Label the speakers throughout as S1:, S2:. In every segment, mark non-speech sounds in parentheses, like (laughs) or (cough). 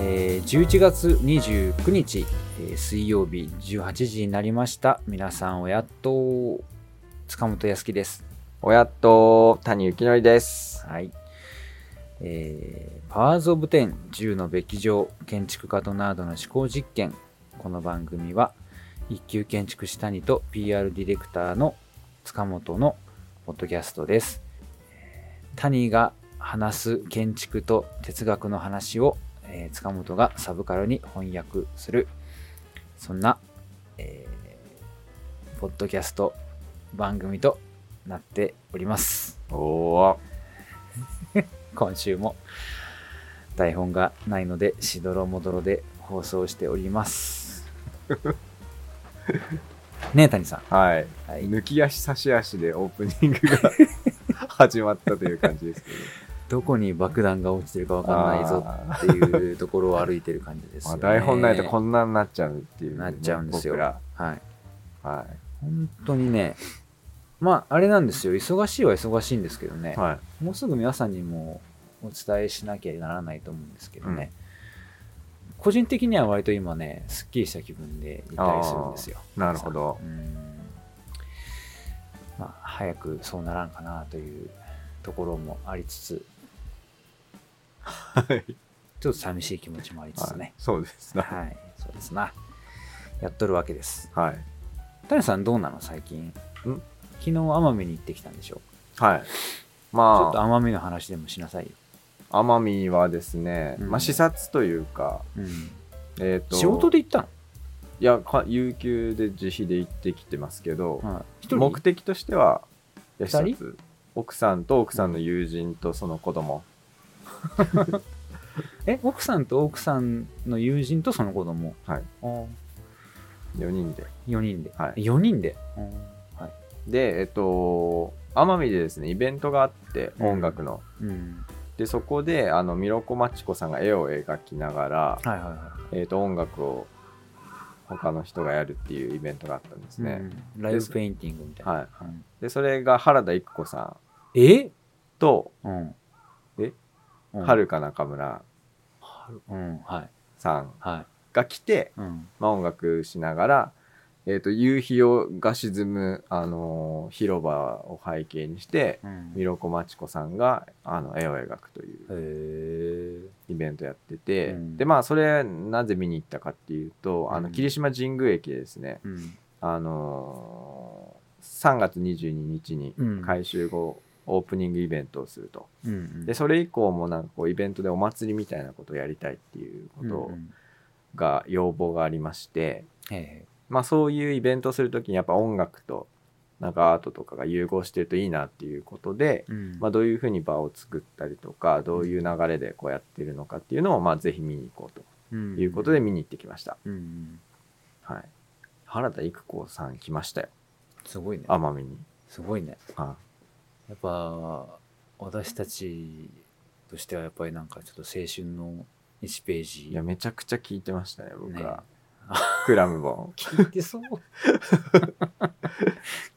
S1: 11月29日、えー水曜日18時になりました皆さんおやっと塚本康樹です
S2: おやっと、谷幸典です。
S1: はいえー、パワーズ・オブ・テン10のべき上建築家とナードの思考実験この番組は一級建築士谷と PR ディレクターの塚本のポッドキャストです谷が話す建築と哲学の話を、えー塚本がサブカルに翻訳するそんな、えーポッドキャスト番組となっております
S2: おー、
S1: 今週も台本がないのでしどろもどろで放送しております
S2: (laughs)
S1: ねえ谷さ
S2: はい。
S1: ん、はい、
S2: 抜き足差し足でオープニング
S1: (laughs)
S2: が始まったという感じですけ
S1: どこに爆弾が落ちてるかわ
S2: ど。
S1: かんないぞ
S2: あ
S1: っていうところを歩いてる感じです
S2: (laughs) ーま
S1: よ、
S2: あ
S1: ね、
S2: 台本ないとこんなになっちゃうっていう、
S1: なっちゃうんですよ
S2: 僕ら
S1: はい
S2: は
S1: 本当にねまああれなんですよ忙しいは忙しいんですけどね
S2: い。、はい。
S1: もうすぐ皆さんにもお伝えしなきゃならないと思うんですけどね、個人的には割と今ねすっきりした気分でいたりするんですよ
S2: なるほど。
S1: うんまあ、早くそうならんかなというところもありつつ、
S2: はい。
S1: ちょっと寂しい気持ちもありつつ
S2: はい
S1: ね。
S2: そうですね。
S1: はい、そうですな。やっとるわけです。
S2: はい。
S1: 谷さん、どうなの最近。昨日、奄美に行ってきたんでしょ
S2: はい。
S1: ちょっと
S2: ま
S1: 奄美の話でもしなさいよ。
S2: あ、奄美はですね、
S1: うん
S2: まあ視察というか、
S1: うん、
S2: えっ、と、
S1: 仕事
S2: で
S1: で行った
S2: いやか、有給で自費で行ってきてますけど、
S1: の、はい、一人
S2: 目的としては
S1: 二
S2: いや
S1: 人
S2: 一つ奥さんと奥さんの友人とその子供、
S1: え、奥さんと奥さんの友人とその子供。
S2: はい、4人で
S1: 4人で。
S2: はい
S1: 4人で。うんはい
S2: でえっと奄美でですねイベントがあって
S1: うん
S2: 音楽の、
S1: うん、
S2: でそこであのミロコ・マチコさんが絵を描きながら、
S1: はいはいは
S2: えっと音楽を他の人がやるっていうイベントがあったんです
S1: い。
S2: ね、
S1: うんライブペインティングみたいな。
S2: はい、
S1: うん
S2: でそれが原田育子さん
S1: え
S2: と
S1: うん。
S2: え
S1: うん
S2: は。るか中村
S1: うん、はい。
S2: さん
S1: は
S2: が来て、
S1: い。うん。
S2: まあ、音楽しながら、えー、と夕日をが沈む、あのー広場を背景にして
S1: うん
S2: ミロコ・マチコさんがあの絵を描くという
S1: へ
S2: イベントやってて、
S1: うん
S2: でまあそれなぜ見に行ったかっていうとあ
S1: う
S2: の
S1: ん
S2: 霧島神宮駅ですね、
S1: うん。
S2: あのー3月22日に
S1: うん
S2: 改修後、オープニングイベントをすると
S1: うん。
S2: でそれ以降もなんかこうイベントでお祭りみたいなことをやりたいっていうこ
S1: うんう
S2: と
S1: ん
S2: が要望がありまして、
S1: へえ。
S2: まあ、そういうイベントをするときにやっぱ音楽となんかアートとかが融合してるといいなっていうことで、
S1: うん。
S2: まあ、どういうふうに場を作ったりとかどういう流れでこうやってるのかっていうのをまあぜひ見に行こうということで見に行ってきました、
S1: うんうん。
S2: はい、原田育子さん来ましたよ
S1: すごいね。
S2: 奄美に、
S1: すごいね。
S2: は
S1: やっぱ、私たちとしてはやっぱりなんかちょっと青春の1ペー
S2: い、
S1: ジ。
S2: いやめちゃくちゃ聞いてましたね僕
S1: ね
S2: は、(laughs)
S1: (laughs)
S2: クラムボン、
S1: 聞いて (laughs) そう。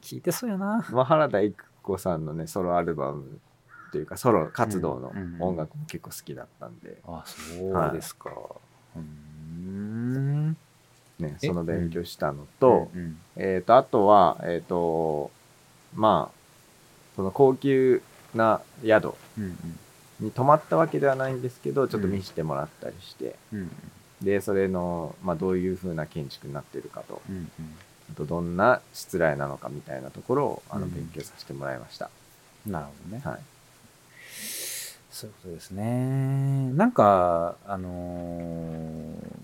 S1: 聞いてそうやな。
S2: まあ、原田育子さんのねソロアルバムっていうかソロ活動の音楽も結構好きだったんで、
S1: あ、そうですか。うーん。
S2: ね、
S1: え
S2: その勉強したのと、
S1: うん、
S2: えー、と、あとは、えっ、と、まあ、その高級な宿
S1: うん。
S2: に泊まったわけではないんですけど、ちょっと見せてもらったりして、
S1: うん。うん。
S2: で、それの、まあ、どういう風な建築になってるかと、
S1: うん。うん。
S2: あとどんな失礼なのかみたいなところを、あの、
S1: うん
S2: 勉強させてもらいました。
S1: なるほどね。
S2: はい。
S1: そういうことですね。なんか、あのー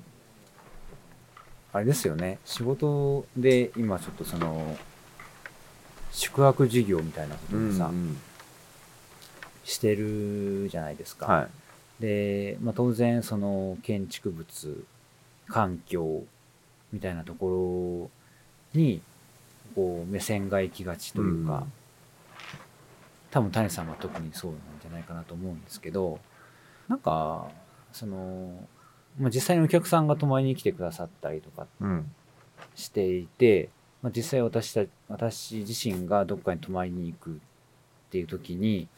S1: あれですよね。仕事で今ちょっとその、宿泊事業みたいなことをさ、
S2: うん
S1: してるじゃないですか。
S2: はい。
S1: で、まあ、当然その建築物、環境みたいなところに、こう目線が行きがちというか、
S2: うん
S1: 多分谷さんは特にそうなんじゃないかなと思うんですけどなんかその、まあ、実際にお客さんが泊まりに来てくださったりとか
S2: うん。
S1: していて、まあ、実際私た私自身がどっかに泊まりに行くっていう時に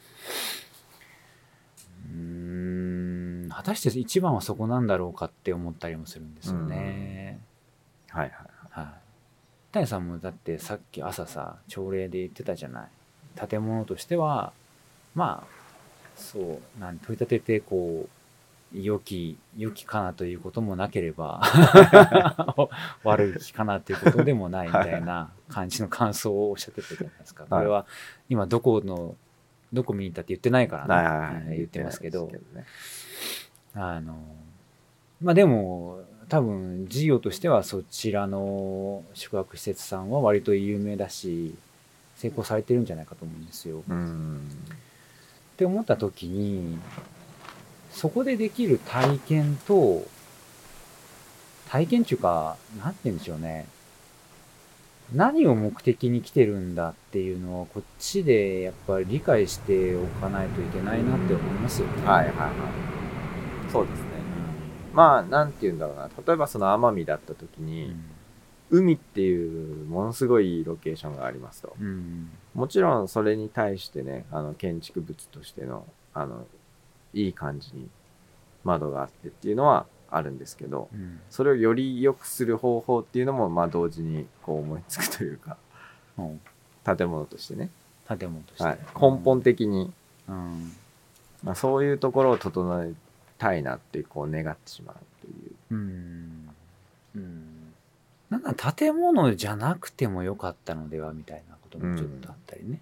S1: うーん果たして一番はそこなんだろうかって思ったりもするんですよね。
S2: はいはい
S1: はい、谷さんもだってさっき朝さ朝礼で言ってたじゃない建物としてはまあそうなん取り立ててこう良き良きかなということもなければ (laughs) 悪い気かなということでもないみたいな感じの感想をおっしゃってたじゃないですか。
S2: い
S1: これは今どこのどこ見に行ったって言ってないからね、
S2: はいはいはい
S1: うん言ってますけど
S2: 言ってないです
S1: あの、まあでも、多分事業としてはそちらの宿泊施設さんは割と有名だし、成功されてるんじゃないかと思うんですよ。
S2: けどねうん
S1: って思った時に、そこでできる体験と、体験っていうか、なんて言うんでしょうね。何を目的に来てるんだっていうのは、こっちでやっぱり理解しておかないといけないなって思いますよね。
S2: はいはいはいそうですねまあなんて言うんだろうな例えばその奄美だった時
S1: う
S2: に、
S1: ん。
S2: 海っていうものすごいロケーションがありますと
S1: うん。
S2: もちろんそれに対してねあの建築物としてのあのいい感じに窓があってっていうのはあるんですけど
S1: うん
S2: それをより良くする方法っていうのもまあ同時にこう思いつくというか
S1: うん
S2: 建物としてね、
S1: 建物として、
S2: はい、根本的に、
S1: うん
S2: まあ、そういうところを整えたいなってこう願ってしまうという
S1: うん、うん、なんなん建物じゃなくてもよかったのではみたいなこともちょっとあったりね、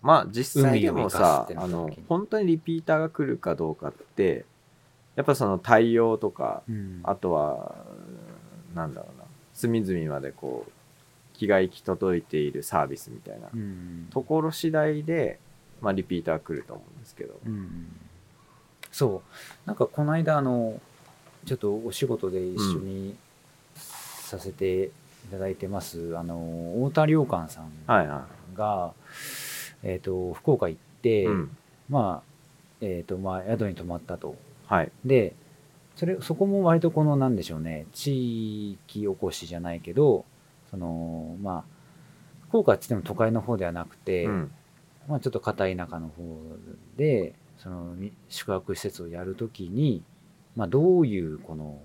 S2: まあ実際でもさ
S1: 海を生かすってな
S2: あ
S1: った時に
S2: の本当にリピーターが来るかどうかってやっぱその対応とか
S1: うん
S2: あとはなんだろうな隅々までこう気が行き届いているサービスみたいな
S1: うん
S2: ところ次第で、まあ、リピーター来ると思うんですけど、
S1: うんそうなんかこの間あのちょっとお仕事で一緒にさせていただいてます、あの太田良寛さん
S2: はいは
S1: が、えっ、と福岡行っ
S2: い、
S1: て、
S2: うん
S1: まあえっ、とまあ宿に泊まったと
S2: はい
S1: でそれそこも割とこのなんでしょうね地域おこしじゃないけどそのまあ福岡っつっても都会の方ではなくて、
S2: うん
S1: まあ、ちょっと片田舎の方でそのみ宿泊施設をやるときに、まあ、どういうこの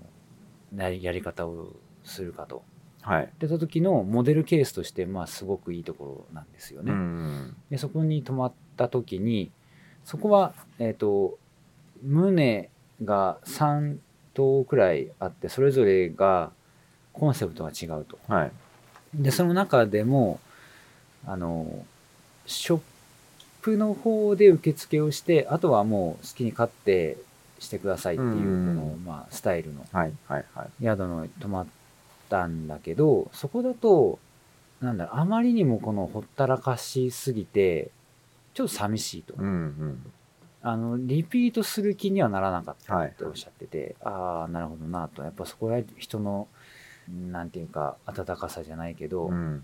S1: なやり方をするかと。
S2: はい
S1: でその時のモデルケースとして、まあ、すごくいいところなんですよね。
S2: うん
S1: でそこに泊まった時にそこはえっ、と胸が3棟くらいあってそれぞれがコンセプトが違うと
S2: はい
S1: でその中でもあのショップの方で受付をしてあとはもう好きに買ってしてくださいっていうこの、
S2: うん
S1: まあ、スタイルの
S2: はいはいはい
S1: 宿の泊まったんだけどそこだとなんだろうあまりにもこのほったらかしすぎてちょっと寂しいと、
S2: うんうん
S1: あのリピートする気にはならなかった
S2: は
S1: っ
S2: い
S1: ておっしゃってて、ああなるほどなとやっぱそこは人のなんていうか温かさじゃないけど、
S2: うん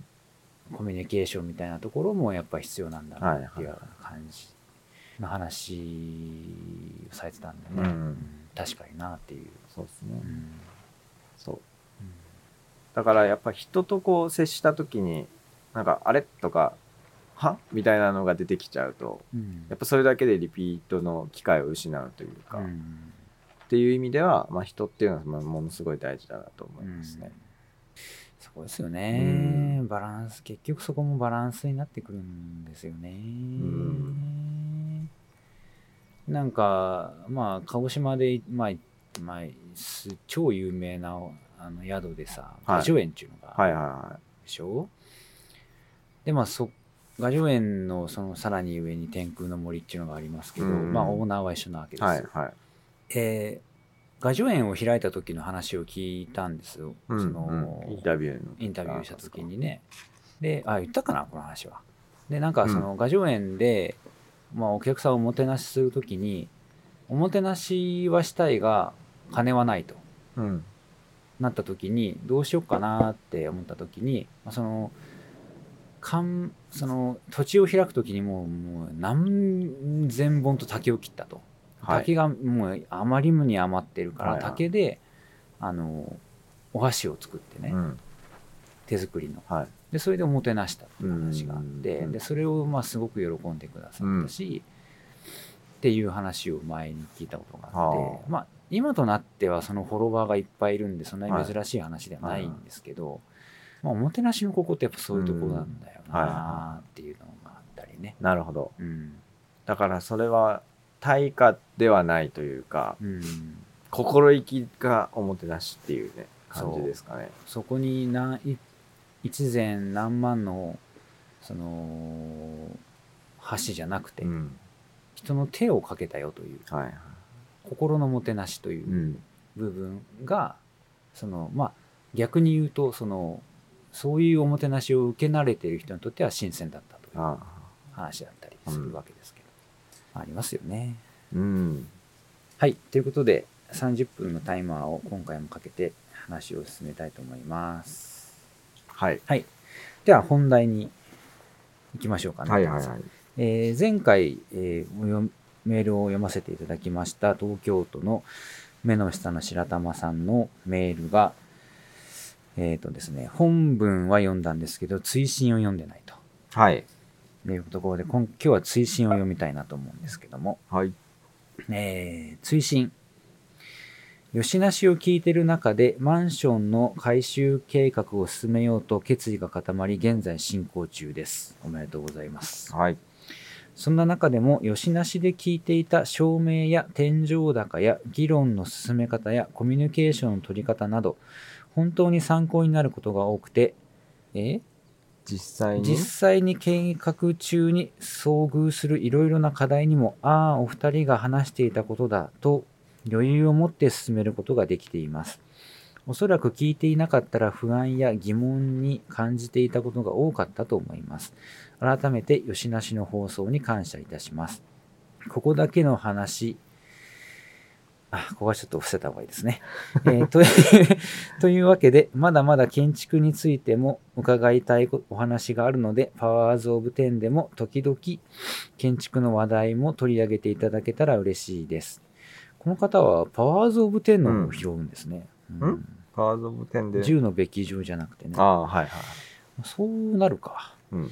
S1: コミュニケーションみたいなところもやっぱ必要なんだなっていうような感じの話をされてたんでね、
S2: うん
S1: 確かになっていう。
S2: そうですね
S1: うん
S2: そうだからやっぱ人とこう接した時になんかあれとかはみたいなのが出てきちゃうと
S1: うん
S2: やっぱそれだけでリピートの機会を失うというか、
S1: う
S2: っ
S1: ん
S2: ていう意味では、まあ、人っていうのはまあものすごい大事だなと思いますね。
S1: そこですよね、バランス結局そこもバランスになってくるんですよね、
S2: ん
S1: なんかまあ鹿児島で、まあまあ、す超有名なあの宿でさ
S2: はい
S1: 雅叙園っていうのがあ
S2: は
S1: る
S2: いはいは
S1: でしょ、でまあそ雅叙園のそのさらに上に天空の森っていうのがありますけど、
S2: うん
S1: まあオーナーは一緒なわけで
S2: い。
S1: すよ、
S2: はいはい。
S1: えー、画序園を開いた時の話を聞いたんですよ、
S2: うん
S1: その
S2: うんインタビューの時か。
S1: インタビューした時にねであ言ったかなこの話はでなんかその画序園で、まあ、お客さんをおもてなしする時におもてなしはしたいが金はないと
S2: うん。
S1: なった時にどうしようかなって思った時にまあそのかんその土地を開く時にもうもう何千本と竹を切ったと。
S2: はい。
S1: 竹がもうあまりに余ってるから、
S2: はいはい
S1: 竹であのお箸を作ってね、
S2: うん。
S1: 手作りの
S2: はい。
S1: でそれでおもてなしたっていう話があっ
S2: うんうん
S1: て
S2: うん
S1: でそれをまあすごく喜んでくださったし、っていう話を前に聞いたことがあって
S2: は
S1: まあ今となってはそのフォロワーがいっぱいいるんでそんなに珍しい話ではないんですけど、まあ、おもてなしのここってやっぱそういうところなんだよ
S2: うんはい
S1: なーっていうのがあったりね。
S2: なるほど
S1: うん
S2: だからそれは対価ではないというか
S1: うん
S2: 心意気がおもてなしっていうね感じですかね
S1: そこに何い一膳何万のその箸じゃなくて、
S2: うん
S1: 人の手をかけたよという
S2: はいはい
S1: 心のもてなしといううん部分が、そのまあ逆に言うとそのそういうおもてなしを受け慣れている人にとっては新鮮だったという
S2: ああ
S1: 話だったりするわけですけど、ありますよね。
S2: うん
S1: はいということで30分のタイマーを今回もかけて話を進めたいと思います。
S2: はい
S1: では本題に行きましょうかね。
S2: はいはいはい
S1: えー前回、えーおよメールを読ませていただきました東京都の目の下の白玉さんのメールが、えっ、とですね、本文は読んだんですけど、追伸を読んでないと。
S2: はい
S1: いうところで、今今日は追伸を読みたいなと思うんですけども、
S2: はい
S1: えー、追伸。吉なしを聞いてる中で、マンションの改修計画を進めようと決意が固まり、現在進行中です。おめでとうございます。
S2: はい
S1: そんな中でも、よしなしで聞いていた照明や天井高や議論の進め方やコミュニケーションの取り方など、本当に参考になることが多くて、え
S2: 実際に
S1: 実際に計画中に遭遇するいろいろな課題にも、ああ、お二人が話していたことだと余裕を持って進めることができています。おそらく聞いていなかったら不安や疑問に感じていたことが多かったと思います。改めて吉なしの放送に感謝いたします。ここだけの話、あ、ここはちょっと伏せた方がいいですね。えーとという (laughs) わけで、まだまだ建築についても伺いたいお話があるので、パワーズ・オブ・10でも時々建築の話題も取り上げていただけたら嬉しいです。この方はパワーズ・オブ・10のを拾うんですね。
S2: んカード部点で
S1: 銃のべき上じゃなくてね
S2: あ。あはいはい
S1: そうなるか。
S2: うん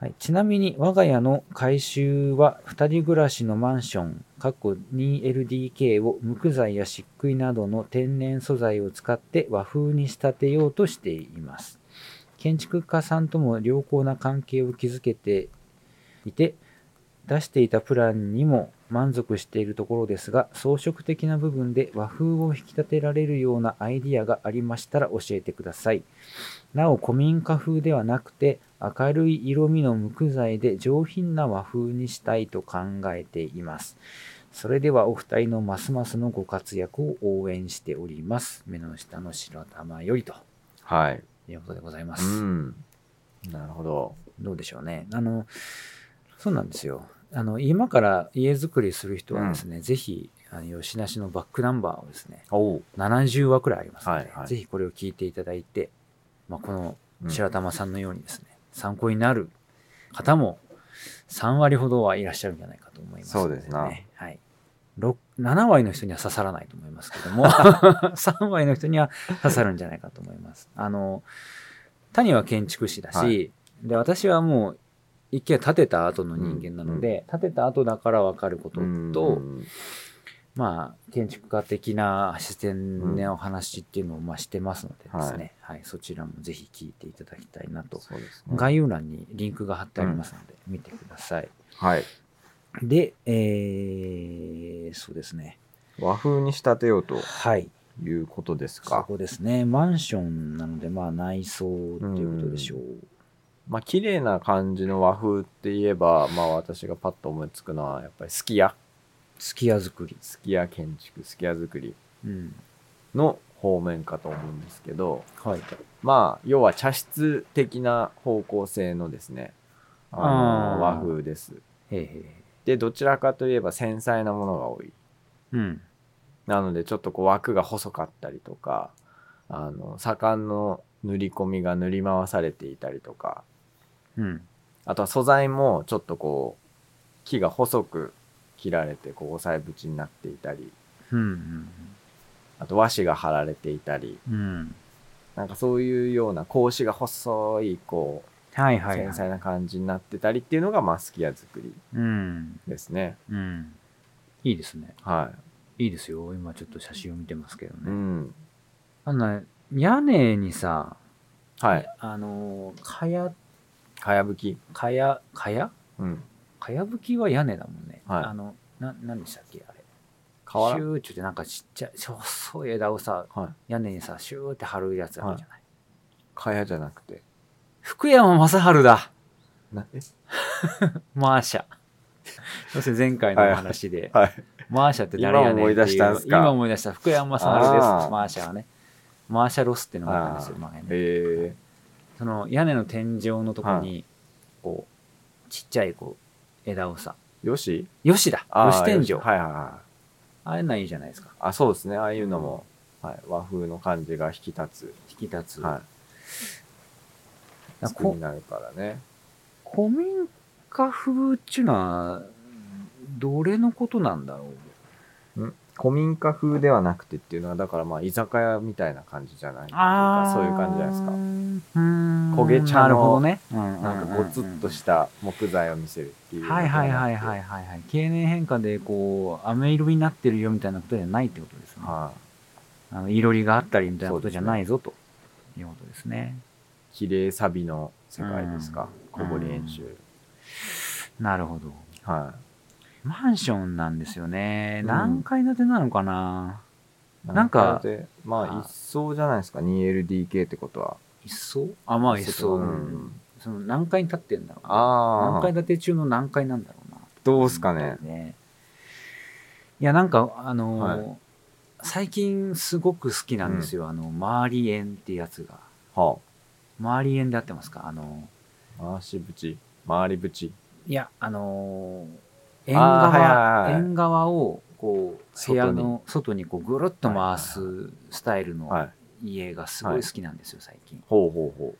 S1: はい、ちなみに我が家の改修は2人暮らしのマンションかっこ 2LDK を無垢材や漆喰などの天然素材を使って和風に仕立てようとしています建築家さんとも良好な関係を築けていて出していたプランにも満足しているところですが装飾的な部分で和風を引き立てられるようなアイディアがありましたら教えてくださいなお古民家風ではなくて明るい色味の無垢材で上品な和風にしたいと考えています。それではお二人のますますのご活躍を応援しております。目の下の白玉よりと
S2: はい
S1: いうことでございま
S2: う
S1: す。
S2: んなるほど
S1: どうでしょうね。あの、そうなんですよ。あの、今から家づくりする人はですね、ぜひ、あの吉なしのバックナンバーをですね、
S2: お
S1: 70話くらいありますので、
S2: はいはい
S1: ぜひこれを聞いていただいて、まあ、この
S2: うん
S1: 白玉さんのようにですね、参考になる方も3割ほどはいらっしゃるんじゃないかと思いますの
S2: そうですな
S1: はい、ろ7割の人には刺さらないと思いますけど
S2: (laughs)
S1: も3割の人には刺さるんじゃないかと思います。あの谷は建築士だし、
S2: はい
S1: で私はもう一軒建てた後の人間なので、建てた後だから分かることと、
S2: うん
S1: まあ、建築家的な視点のお話っていうのをまあしてますのでですね、はいそちらもぜひ聞いていただきたいなと、
S2: そうですね
S1: 概要欄にリンクが貼ってありますので、見てください。
S2: はい
S1: で、えー、そうですね、
S2: 和風に仕立てようと
S1: はい、
S2: いうことです
S1: そ
S2: か
S1: こですね、マンションなので、まあ、内装っていうことでしょう。
S2: まあ綺麗な感じの和風って言えばまあ私がパッと思いつくのはやっぱりすき家
S1: すき家作り、
S2: すき家建築すき家作り
S1: うん
S2: の方面かと思うんですけど
S1: はい、
S2: まあ要は茶室的な方向性のですねあの
S1: あー
S2: 和風です
S1: へーへーへ
S2: でどちらかといえば繊細なものが多い
S1: ーうん、
S2: なのでちょっとこう枠が細かったりとかあの左官の塗り込みが塗り回されていたりとか
S1: うん、
S2: あとは素材もちょっとこう木が細く切られてこう押さえ縁になっていたり
S1: うん、
S2: あと和紙が貼られていたり
S1: うん、うん、
S2: なんかそういうような格子が細いこ
S1: はい、
S2: う
S1: はい、
S2: 繊
S1: はい、
S2: 細な感じになってたりっていうのがマスキア作り
S1: うん、
S2: ですね。
S1: うん、いいですね。
S2: は
S1: いいですよ。今ちょっと写真を見てますけどね。
S2: うん。
S1: あのね、屋根にさ、
S2: はい。
S1: あのー、かや、
S2: かやぶき。
S1: かや、かや
S2: うん。
S1: かやぶきは屋根だもんね。
S2: はい
S1: あの、な、なんでしたっけあれ。シ
S2: 瓦。
S1: ューチュってなんかちっちゃい、細い枝をさ、
S2: はい。
S1: 屋根にさ、シューって張るやつあるじゃない。
S2: かやじゃなくて。
S1: 福山雅治だ
S2: なえ
S1: マーシャ。そして前回のお話で、
S2: はい。
S1: マーシャって誰やねんってう
S2: 今思い出したんすか
S1: 今思い出した。福山雅治で
S2: あ
S1: す。
S2: ー
S1: マーシャはね。マーシャロスっていうのがあったんですよ、前ね。
S2: え
S1: その屋根の天井のとこに、こう、ちっちゃいこう、枝をさ、
S2: ー、よし
S1: よしだ
S2: あ
S1: よ
S2: ー
S1: し天
S2: よし
S1: 井
S2: はいはいはい。
S1: あれないいじゃないですか。
S2: あ、そうですね。ああいうのも、はい、和風の感じが引き立
S1: 引き立つ。
S2: つ。は。
S1: ないんか
S2: 作り
S1: こ
S2: になるからね。
S1: 古民家風っていうのは、どれのことなんだろう。
S2: 古民家風ではなくてっていうのは、だからまあ、居酒屋みたいな感じじゃないそういう感じじゃないですか。
S1: うーん。
S2: 焦げ茶の
S1: なるほどね。な
S2: なんかゴツッとした木材を見せるっていう。
S1: はいはいはいはい
S2: い。
S1: はいはい。経年変化でこう、飴色になってるよみたいなことじゃないってことですね。
S2: はい。
S1: あの、いろりがあったりみたいなことじゃないぞということですね。
S2: 綺麗サビの世界ですか。
S1: うん
S2: 小堀演習。
S1: なるほど。
S2: は
S1: マンションなんですよね。
S2: うん
S1: 何階建てなのかな、
S2: い。
S1: なんか
S2: で、ま
S1: あ
S2: あ、一層じゃないですか。2LDK ってことは。
S1: 一層あ、まあ一層。
S2: う
S1: うん
S2: ん。
S1: その何階に建ってんだろうな。
S2: あ
S1: 何
S2: あ
S1: 階。建て中の何階なんだろうな。
S2: ど
S1: ど
S2: うすかね。
S1: いや、なんか、あのー最近すごく好きなんですよ。あの、周り園ってやつが。
S2: は
S1: 周り園で合ってますかあの
S2: あ。回し縁。回り縁。
S1: ーいや、あのー縁
S2: あ
S1: 側、
S2: ーはいはいはい
S1: 縁側を、こう、部
S2: 外に
S1: 屋の外にこうぐるっと回すスタイルの
S2: はい。
S1: 家がすごい好きなんですよ、最近。
S2: ほうほうほ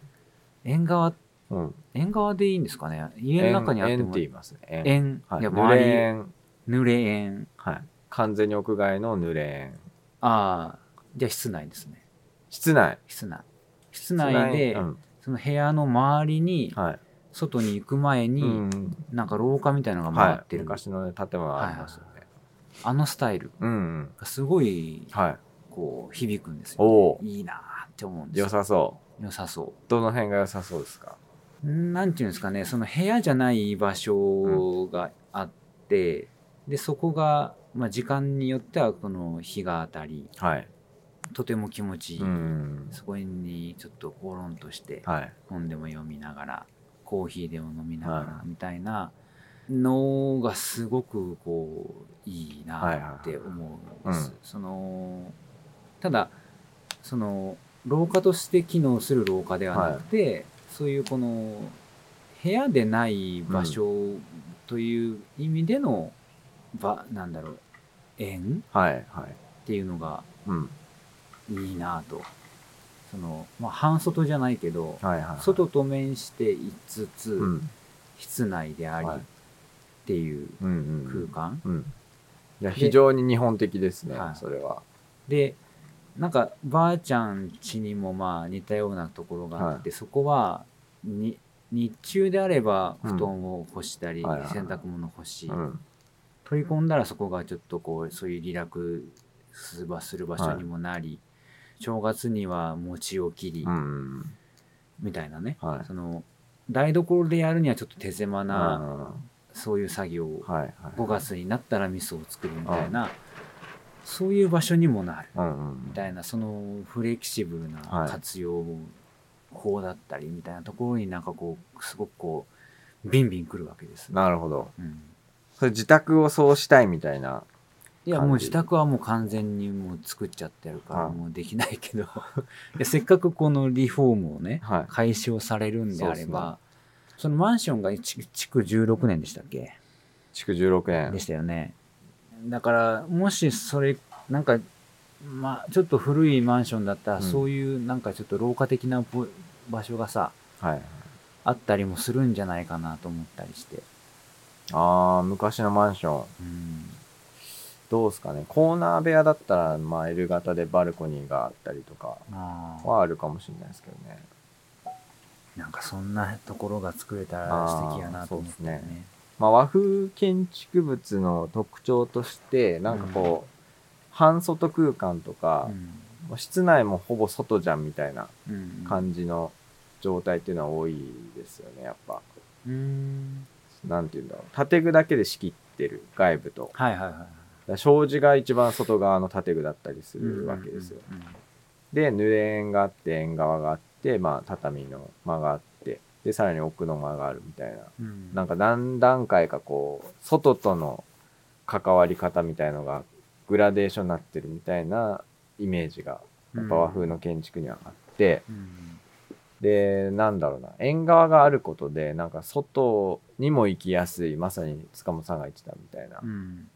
S1: 縁側、
S2: う。うん。
S1: 縁側でいいんですかね家の中にあって
S2: 円っ
S1: も
S2: て。言いますね。円。
S1: 縁、
S2: はい
S1: いや、
S2: い、濡
S1: 周
S2: れ
S1: り、
S2: 縁。
S1: 濡れ縁。
S2: はい。完全に屋外の濡れ縁。
S1: ああ、じゃあ室内ですね。
S2: 室内。
S1: 室内。室内で、
S2: うん、
S1: その部屋の周りに、
S2: はい。
S1: 外に行く前に、
S2: うん。
S1: なんか廊下みたいなのが回っ
S2: は
S1: て
S2: い。
S1: る、
S2: 昔のね、建物ありましたね。
S1: あのスタイル
S2: うんうん。
S1: がすごい、
S2: はい。
S1: こう、響くんですよ、
S2: おー
S1: いいなーって思うんですよ
S2: 良。さそ。
S1: 良さそう
S2: どの辺が良さそうですか
S1: う。なんていうんですかね、その部屋じゃない場所があって、で、そこが、まあ、時間によっては、この日が当たり、
S2: はい。
S1: とても気持ちいい。
S2: うんうん
S1: そこにちょっとコロンとして
S2: うん。はい。
S1: 本でも読みながらコーヒーでも飲みながら
S2: は
S1: みたいなのがすごくこういいなって思うんです。
S2: はいはいはいうん
S1: そのただその廊下として機能する廊下ではなくて、そういうこの部屋でない場所という意味での場、なんだろう縁
S2: はい。はい。
S1: っていうのが
S2: うん。
S1: いいなと。その、まあ、半外じゃないけど、
S2: はいはい。
S1: 外と面していつつ、
S2: うん。
S1: 室内であり
S2: はい
S1: っていう
S2: うん
S1: 空間、
S2: うん。うん。いや、
S1: で
S2: 非常に日本的ですね
S1: はい、
S2: それは。
S1: でなんかばあちゃん家にもまあ似たようなところがあって、そこはに日中であれば
S2: う
S1: 布
S2: ん
S1: 団を干したり、
S2: はいはいはい
S1: 洗濯物干し、
S2: うん。
S1: 取り込んだらそこがちょっとこうそういうリラックスする場所にもなり、正月には餅を切り、
S2: うん。
S1: みたいなね、
S2: はい
S1: その台所でやるにはちょっと手狭
S2: うん
S1: な、
S2: は
S1: そういう作業を
S2: いはい。
S1: 5月になったら味噌を作るみたいな、そういう場所にもなる
S2: うんうん
S1: み。たいなそのフレキシブルな
S2: はい
S1: 活用法だったりみたいなところになんかこうすごくこうビンビンくるわけですね。
S2: なるほど。
S1: うん、
S2: それ自宅をそうしたいみたいな。
S1: いや
S2: 感じ
S1: もう自宅はもう完全にもう作っちゃってるから
S2: あ
S1: もうできないけど (laughs) いやせっかくこのリフォームをね
S2: はい。
S1: 解消されるんであれ
S2: そう
S1: ばそ,、のマンションがち築16年でしたっけ
S2: 築16
S1: で
S2: 円。
S1: したよね。だからもしそれなんかまあちょっと古いマンションだったら、
S2: うん
S1: そういうなんかちょっと廊下的なぼ場所がさ
S2: はい。
S1: あったりもするんじゃないかなと思ったりして、
S2: ああ、昔のマンション。
S1: うん、
S2: どうですかね。コーナー部屋だったら、まあ、L 型でバルコニーがあったりとか
S1: まあ
S2: はあるかもしれないですけどね。
S1: なんかそんなところが作れたら素敵やなと思って
S2: あーそうですまあ、和風建築物の特徴としてなんかこう、半外空間とか
S1: う、ん
S2: もう室内もほぼ外じゃんみたいな
S1: うん
S2: 感じの状態っていうのは多いですよねやっぱ
S1: うん
S2: なんていうんだろう建具だけで仕切ってる外部とだか
S1: はいはいはい
S2: ら障子が一番外側の建具だったりするわけですよ、
S1: うんうん
S2: で濡れ縁があって縁側があってまあ畳の間があってでさらに奥の間があるみたいな
S1: うんうん
S2: なんか何段階かこう外との関わり方みたいのがグラデーションになってるみたいなイメージがやっぱ和風の建築にはあって、
S1: うん
S2: でなんだろうな縁側があることでなんか外にも行きやすいまさに塚本さんが言ってたみたいな、
S1: うん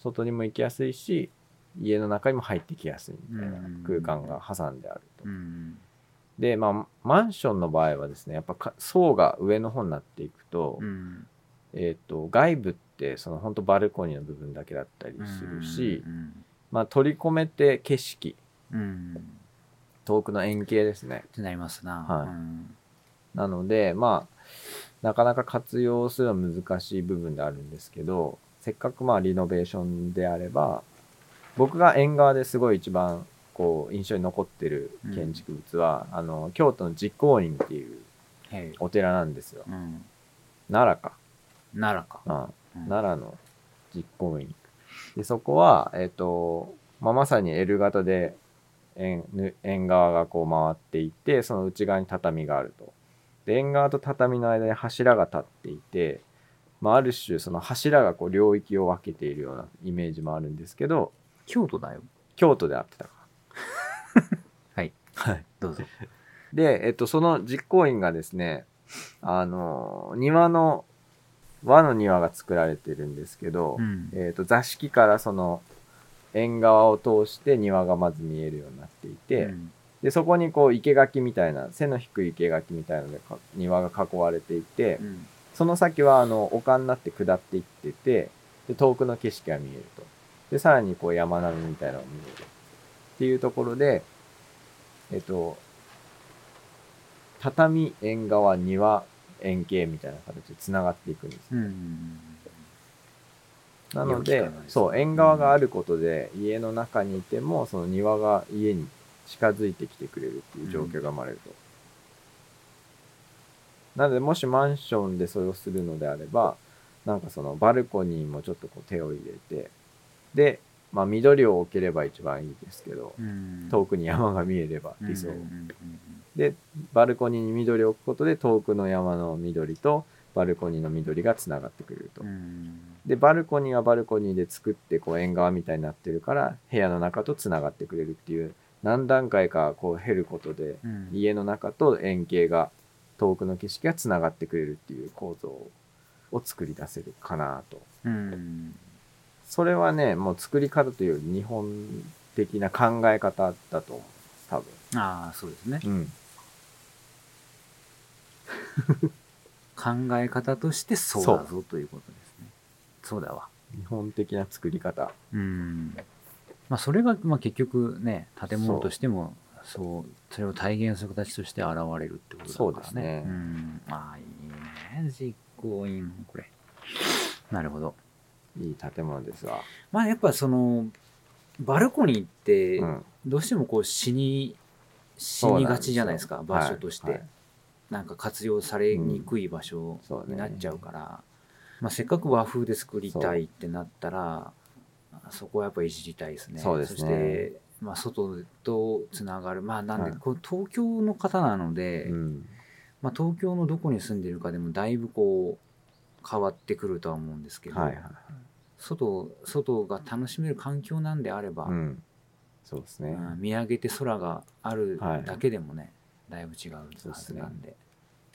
S2: 外にも行きやすいし家の中にも入ってきやすいみたいな
S1: うん
S2: 空間が挟んである
S1: う
S2: と。
S1: ん
S2: でまあマンションの場合はですねやっぱか層が上の方になっていくと,、
S1: うん
S2: えー、と外部ってその本当バルコニーの部分だけだったりするし、
S1: うん
S2: まあ、取り込めて景色
S1: うんっ
S2: 遠くの円形ですね
S1: てなりますな
S2: はい
S1: うん
S2: なのでまあなかなか活用するのは難しい部分であるんですけどせっかくまあリノベーションであれば僕が縁側ですごい一番こう印象に残ってる建築物は、あの京都の実光院っていう
S1: へい
S2: お寺なんですよ
S1: うん
S2: 奈良か、
S1: 奈良か
S2: うん、
S1: うん
S2: 奈良の実行院でそこは、えっとまあ、まさに L 型で円ぬ円側がこう回っていてその内側に畳があるとで円側と畳の間に柱が立っていて、まあ、ある種その柱がこう領域を分けているようなイメージもあるんですけど
S1: 京都だよ
S2: 京都であってたか
S1: はい
S2: はい
S1: どうぞ
S2: で、えっと、その実行院がですね、あの、庭の、和の庭が作られてるんですけど、
S1: うん
S2: えっと、座敷からその、縁側を通して庭がまず見えるようになっていて、
S1: うん
S2: で、そこにこう、生垣みたいな、背の低い生垣みたいなのでか、庭が囲われていて、
S1: うん
S2: その先はあの、丘になって下っていってて、で、遠くの景色が見えると。で、さらにこう山並みみたいなのが見える。っていうところで、えっと、畳、縁側、庭、円形みたいな形で繋がっていくんです。
S1: うん
S2: なの
S1: よ
S2: で
S1: く聞かない、です
S2: そう、縁側があることで、家の中にいても、その庭が家に近づいてきてくれるっていう状況が生まれると。なので、もしマンションでそれをするのであれば、なんかそのバルコニーもちょっとこう手を入れて、で、まあ緑を置ければ一番いいですけど、
S1: うん
S2: 遠くに山が見えれば理想。
S1: うんうん
S2: で、バルコニーに緑を置くことで、遠くの山の緑とバルコニーの緑がつながってくれると
S1: うんう。ん
S2: でバルコニーはバルコニーで作ってこう縁側みたいになってるから部屋の中とつながってくれるっていう何段階かこう減ることで
S1: うん
S2: 家の中と円形が遠くの景色がつながってくれるっていう構造を作り出せるかなと
S1: うん
S2: それはねもう作り方というより日本的な考え方だと思う多分
S1: ああそうですね
S2: うん
S1: 考え方としてそうだぞということですねそうだわ
S2: 日本的な作り方
S1: うんまあそれがまあ結局ね建物としてもそうそれを体現する形として現れるってことだからね
S2: そうですね
S1: うんああいいね実行委員これなるほど
S2: いい建物ですわ
S1: まあやっぱそのバルコニーって
S2: うん
S1: どうしてもこう死に死
S2: そう
S1: に
S2: なん
S1: が
S2: です
S1: ち
S2: よ
S1: じゃないですか場所として、
S2: はいはい
S1: なんか活用されにくい場所
S2: うんそうね
S1: になっちゃうから、まあ、せっかく和風で作りたいってなったらそこはやっぱいじりたいですね。
S2: そうですね
S1: そして、まあ、外とつながるまあなんで、
S2: はい
S1: こう東京の方なので、
S2: うん
S1: まあ、東京のどこに住んでるかでもだいぶこう変わってくるとは思うんですけど、
S2: はいはい
S1: 外外が楽しめる環境なんであれば、
S2: うんそうですね、
S1: うん見上げて空がある
S2: はい
S1: だけでもね、だいぶ違うは
S2: そうっす
S1: ず
S2: ね
S1: なんで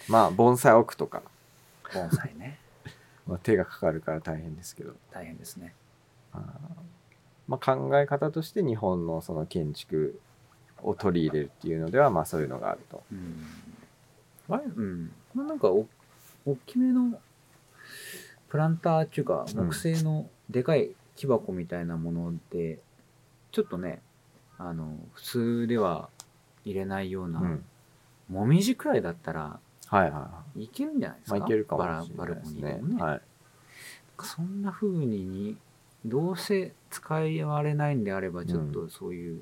S2: まあ盆栽置くとか
S1: 盆栽ね
S2: まあ、手がかかるから大変ですけど、
S1: 大変ですね
S2: あーまあ、考え方として日本のその建築を取り入れるっていうのではまあそういうのがあると。
S1: うんあれうんまあなんかお大きめのプランターっていうか
S2: うん
S1: 木製のでかい木箱みたいなもので、ちょっとねあの普通では入れないような、
S2: うん、
S1: もみじくらいだったら
S2: はいはいはい
S1: けるんじゃないです
S2: い。ま
S1: か
S2: あいけるかもしれ
S1: バ
S2: な
S1: ラ
S2: い
S1: バル
S2: で
S1: コ
S2: す
S1: ニーで
S2: ね
S1: も。ね、
S2: はい、
S1: そんな風ににどうせ使いわれないんであればちょっとそういう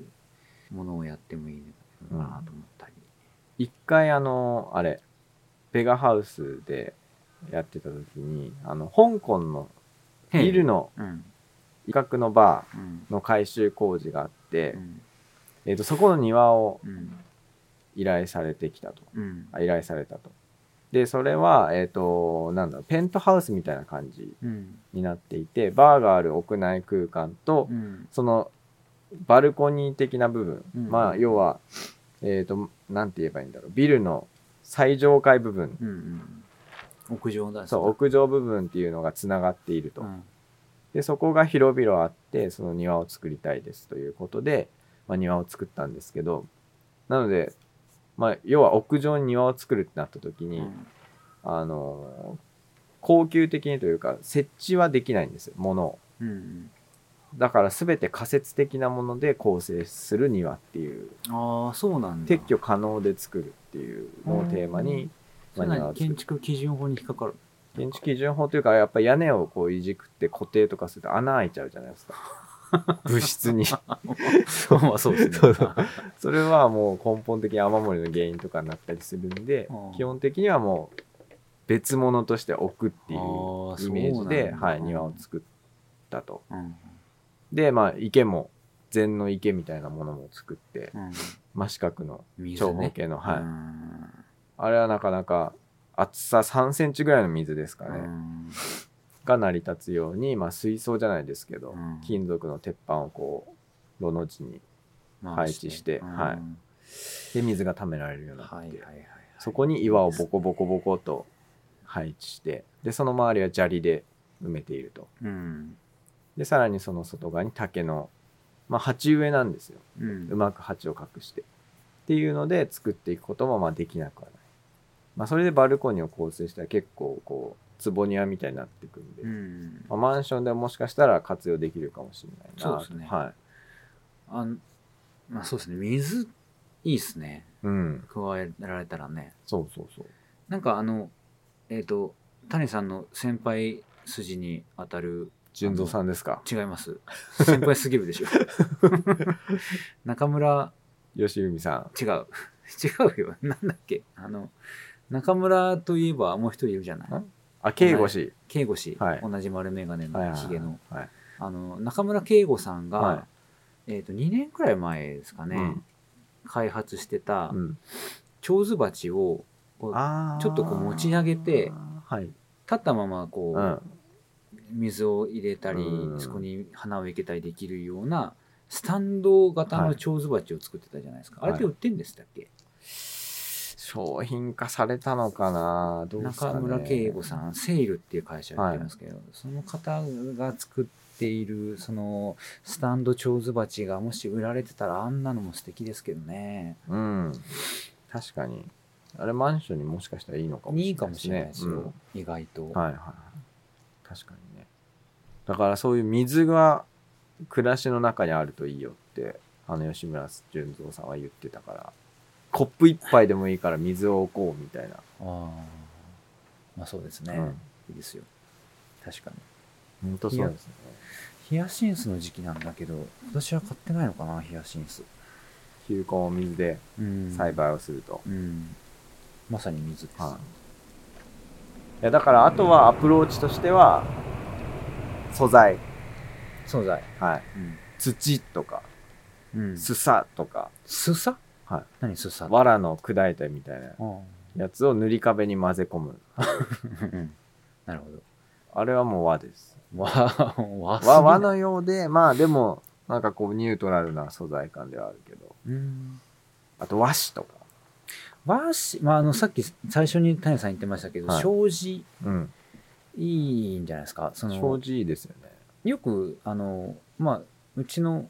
S1: ものをやってもいいのかなと思ったり、
S2: 一回あのあれベガハウスでやってた時にあの香港のビルの
S1: うん
S2: 威嚇のバ
S1: うん
S2: ーの改修工事があって、
S1: うん
S2: えー、とそこの庭を
S1: うん
S2: 依頼されてきたと
S1: うん
S2: あ依頼されたとでそれはえっ、となんだろうペントハウスみたいな感じ
S1: うん
S2: になっていてバーがある屋内空間と、
S1: うん
S2: そのバルコニー的な部分、
S1: うん
S2: まあ要はえっ、となんて言えばいいんだろうビルの最上階部分
S1: うんうん屋上だ
S2: そう屋上部分っていうのがつながっていると、
S1: うん
S2: でそこが広々あってその庭を作りたいですということで、まあ、庭を作ったんですけどなので、まあ、要は屋上に庭を作るってなった時に、
S1: うん
S2: あの高級的にというか設置はできないんですよものを
S1: うん
S2: だから全て仮説的なもので構成する庭っていう
S1: ああそうなんだ
S2: 撤去可能で作るっていうのをテーマに、
S1: それ
S2: まあ庭
S1: 何
S2: を作
S1: 建
S2: る
S1: 築基準法に引っかかる
S2: 建築基準法というかやっぱ屋根をこういじくって固定とかすると穴開いちゃうじゃないですか物
S1: (laughs)
S2: 質に
S1: そうまあそうですね
S2: そうそうそれはもう根本的に雨漏りの原因とかになったりするんで
S1: うん
S2: 基本的にはもう別物として置くっていう
S1: あー
S2: イメージ
S1: そう
S2: で、
S1: なんだ
S2: はい、庭を作ったと。
S1: うん
S2: でまあ池も禅の池みたいなものも作って
S1: うん
S2: 真四角の
S1: 水
S2: 長方
S1: ね
S2: 形の、
S1: う
S2: はい、
S1: ん
S2: あれはなかなか厚さ3センチぐらいの水ですかね、
S1: うん
S2: が成り立つように、まあ、水槽じゃないですけど、
S1: うん
S2: 金属の鉄板をこう炉の字に
S1: まあ
S2: 配置して
S1: うん
S2: はいで水が溜められるようになって、
S1: はいはいはいはい
S2: そこに岩をボコボコボコと配置してでその周りは砂利で埋めていると
S1: うん
S2: でさらにその外側に竹の、まあ、鉢植えなんですよ
S1: うん
S2: うまく鉢を隠してっていうので作っていくこともまあできなくはない、まあ、それでバルコニーを構成したら結構こう壺庭みたいになってくんで、
S1: うん
S2: まあ、マンションでももしかしたら活用できるかもしれないな
S1: そうですね
S2: はい
S1: あんまあそうですね水いいっすね
S2: うん
S1: 加えられたらね
S2: そうそうそう
S1: なんかあのえっ、と谷さんの先輩筋に当たる
S2: 純三さんですか
S1: 違います先輩すぎるでしょ (laughs) 中村
S2: 吉海さん
S1: 違う違うよなんだっけあの中村といえばもう一人いるじゃない
S2: んあ慶吾氏
S1: 慶吾氏、
S2: はい
S1: 同じ丸眼鏡
S2: はい
S1: の
S2: はい
S1: ひげの
S2: はい
S1: あの中村慶吾さんが、
S2: は
S1: えっと2年くらい前ですかね、
S2: うん
S1: 開発してた
S2: うん
S1: 蝶ズバチをこう
S2: あー
S1: ちょっとこう持ち上げて
S2: はい
S1: 立ったままこ
S2: う
S1: う、
S2: ん
S1: 水を入れたり、
S2: うん
S1: そこに花を生けたりできるようなスタンド型の蝶ズバチを作ってたじゃないですか、
S2: はい
S1: あれって売ってんでしたっけ、
S2: 商品化されたのかなどうですか
S1: 中
S2: ね
S1: 村慶吾さんセイルっていう会社やってますけど、その方が作っているそのスタンド蝶ズバチがもし売られてたらあんなのも素敵ですけどね
S2: うん確かにあれマンションにもしかしたらいいのかもしれない
S1: いいかもしれないですよ、
S2: うん
S1: 意外と、
S2: はいはいはい確かにねだからそういう水が暮らしの中にあるといいよってあの吉村純三さんは言ってたからコップ一杯でもいいから水を置こうみたいな、
S1: あーまあそうですね、
S2: うん
S1: いいですよ確かに
S2: 本当そうですね
S1: ヒヤシンスの時期なんだけど今年は買ってないのかなヒヤシンス
S2: 球根を水で
S1: うん
S2: 栽培をすると、
S1: うんまさに水です、
S2: はいいやだからあとはアプローチとしては素材
S1: 素材
S2: はい
S1: うん、
S2: 土とか
S1: うん、
S2: すさとか
S1: すさ
S2: はい
S1: 何すさ
S2: 藁の砕いたみたいな
S1: あー
S2: やつを塗り壁に混ぜ込む
S1: うん (laughs) なるほど
S2: あれはもう和です
S1: わわ
S2: 和和
S1: わ
S2: のようでまあでもなんかこうニュートラルな素材感ではあるけど
S1: うん
S2: あと和紙とか
S1: 和紙まああのさっき最初に谷さん言ってましたけど、
S2: はい
S1: 障子
S2: うん
S1: いいんじゃないですかそ
S2: 障
S1: の
S2: 子いいですよね
S1: よくあのまあうちの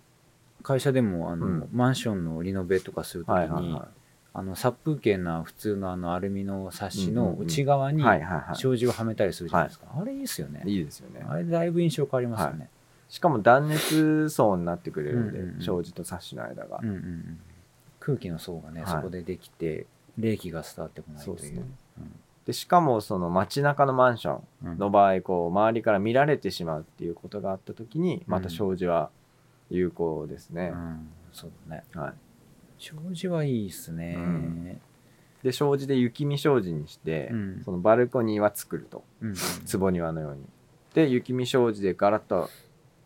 S1: 会社でもあの、
S2: うん
S1: マンションのリノベとかするとき
S2: は
S1: に、
S2: いはいは
S1: あの殺風景な普通のあのアルミのサッシ
S2: うんう
S1: の
S2: んうん
S1: 内側
S2: い
S1: に
S2: はいはいは
S1: 障子をはめたりするじゃないですか、あれいいですよね
S2: いいいですよね
S1: あれだいぶ印象変わりますよね、
S2: しかも断熱層になってくれるんで、
S1: うんうんうん
S2: 障子とサッシの間が、
S1: うんうんうん空気の層がね、
S2: はい
S1: そこでできて冷気が伝わってこないと
S2: そ
S1: いうう
S2: ですね
S1: うん
S2: でしかもその街中のマンションの場合こう周りから見られてしまうっていうことがあった時にまた障子は有効です
S1: う
S2: ね、
S1: ん、そうだね
S2: はい、
S1: 障子はいいっすね、
S2: うんで障子で雪見障子にして、
S1: うん
S2: そのバルコニーは作ると
S1: うん、
S2: 坪庭のようにで雪見障子でガラッと